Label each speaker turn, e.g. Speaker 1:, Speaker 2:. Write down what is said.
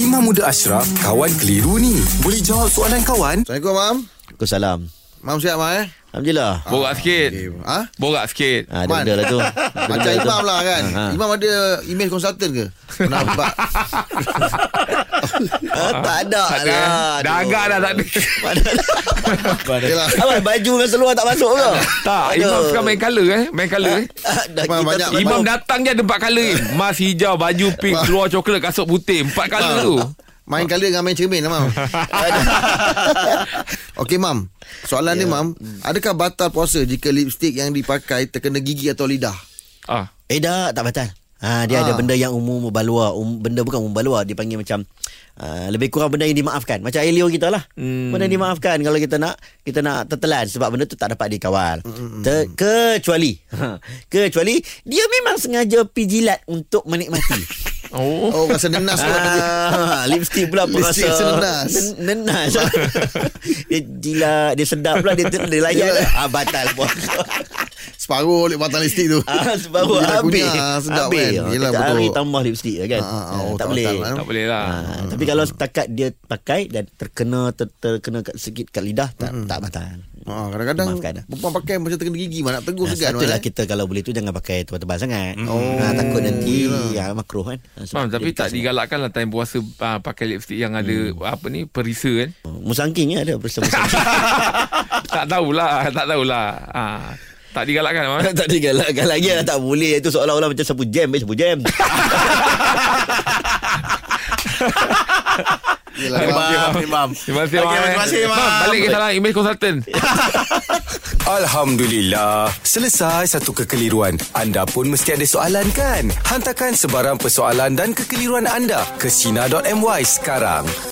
Speaker 1: Imam Muda Ashraf, kawan keliru ni. Boleh jawab soalan kawan?
Speaker 2: Assalamualaikum, Mam.
Speaker 3: Waalaikumsalam
Speaker 2: Mam sihat, Mam, eh?
Speaker 3: Alhamdulillah
Speaker 4: Borak sikit
Speaker 2: Okay. Ha?
Speaker 3: Ah?
Speaker 4: Borak sikit
Speaker 3: ha, Ada
Speaker 2: Man.
Speaker 3: benda lah tu
Speaker 2: Macam Imam lah kan
Speaker 3: Ha, ha.
Speaker 2: Imam ada email consultant ke? Nak buat
Speaker 3: Ah, Tak ada
Speaker 4: Tak
Speaker 3: lah
Speaker 4: ada eh? Dah
Speaker 3: Aduh.
Speaker 4: agak dah tak ada
Speaker 2: Yelah
Speaker 3: Abang baju dengan seluar tak masuk ke?
Speaker 4: Tak
Speaker 3: Aduh.
Speaker 4: Imam suka main colour eh Main colour eh
Speaker 3: Ah, dah
Speaker 2: Abang
Speaker 3: kita
Speaker 2: banyak
Speaker 3: tu-
Speaker 4: Imam datang je ada empat colour eh. Mas hijau Baju pink
Speaker 3: Ah.
Speaker 4: Keluar coklat Kasut putih Empat colour tu
Speaker 2: Main kala dengan main cermin lah, Mam
Speaker 3: Aduh.
Speaker 2: Okey, Mam Soalan
Speaker 3: Ya.
Speaker 2: yeah. ni, Mam Adakah batal puasa jika lipstick yang dipakai terkena gigi atau lidah?
Speaker 4: Ah,
Speaker 3: Eh dah tak batal Ha, dia
Speaker 2: Ah.
Speaker 3: ha. ada benda yang umum balua um, Benda bukan umum balua Dia panggil macam uh, Lebih kurang benda yang dimaafkan Macam Elio kita lah hmm. Benda yang dimaafkan Kalau kita nak Kita nak tertelan Sebab benda tu tak dapat dikawal
Speaker 2: Hmm,
Speaker 3: Ter, Kecuali ha, Kecuali Dia memang sengaja pijilat Untuk menikmati
Speaker 4: Oh
Speaker 2: Oh, rasa nenas tu
Speaker 3: Ah, lipstick pula
Speaker 2: Lipstick
Speaker 3: perasa
Speaker 2: senenas.
Speaker 3: nen- Nenas Dia gila Dia sedap pula Dia, dia layan ah, Batal puasa
Speaker 2: Separuh oleh batal lipstick tu
Speaker 3: Ah, Separuh
Speaker 2: Dia dah
Speaker 3: habis
Speaker 2: kunyah, Sedap
Speaker 3: habis.
Speaker 2: kan
Speaker 3: Oh,
Speaker 2: Yelah,
Speaker 3: Setiap
Speaker 2: betul
Speaker 3: hari tambah lipstick kan
Speaker 2: Ah, ah, ah,
Speaker 3: Ah,
Speaker 2: oh,
Speaker 3: Tak
Speaker 2: tak Hmm.
Speaker 3: boleh
Speaker 2: batal,
Speaker 4: Tak boleh lah
Speaker 3: Ah, Tapi kalau setakat dia pakai Dan terkena ter, Terkena kat, sikit kat lidah Tak,
Speaker 2: Hmm.
Speaker 3: tak batal
Speaker 2: Ah, kadang-kadang
Speaker 3: Maafkan.
Speaker 2: perempuan pakai macam terkena gigi mana nak tegur
Speaker 3: Nah,
Speaker 2: segan
Speaker 3: sepatutlah
Speaker 2: mana.
Speaker 3: lah kita kalau boleh tu jangan pakai tebal-tebal sangat.
Speaker 2: Hmm.
Speaker 3: Oh, ha, takut nanti ya, makruh kan. Ah, sebab
Speaker 4: Mam, tapi
Speaker 3: dia
Speaker 4: tak
Speaker 3: dekat
Speaker 4: digalakkan lah time puasa ah, pakai lipstick yang ada
Speaker 3: Hmm.
Speaker 4: apa ni perisa kan.
Speaker 3: sana. Musangking ya ada bersama.
Speaker 4: tak tahulah, tak tahulah. Ah, tak digalakkan Mam.
Speaker 3: tak ada galakkan lagi lah Tak boleh Itu seolah-olah macam sapu jam eh, Sapu jam
Speaker 2: Yelah, Mam.
Speaker 3: Imam
Speaker 4: Terima kasih
Speaker 3: Okey,
Speaker 4: Mam. eh.
Speaker 3: terima kasih, Mam.
Speaker 4: Mam, balik ke salah image consultant.
Speaker 1: Alhamdulillah. Selesai satu kekeliruan. Anda pun mesti ada soalan kan? Hantarkan sebarang persoalan dan kekeliruan anda ke Sina.my sekarang.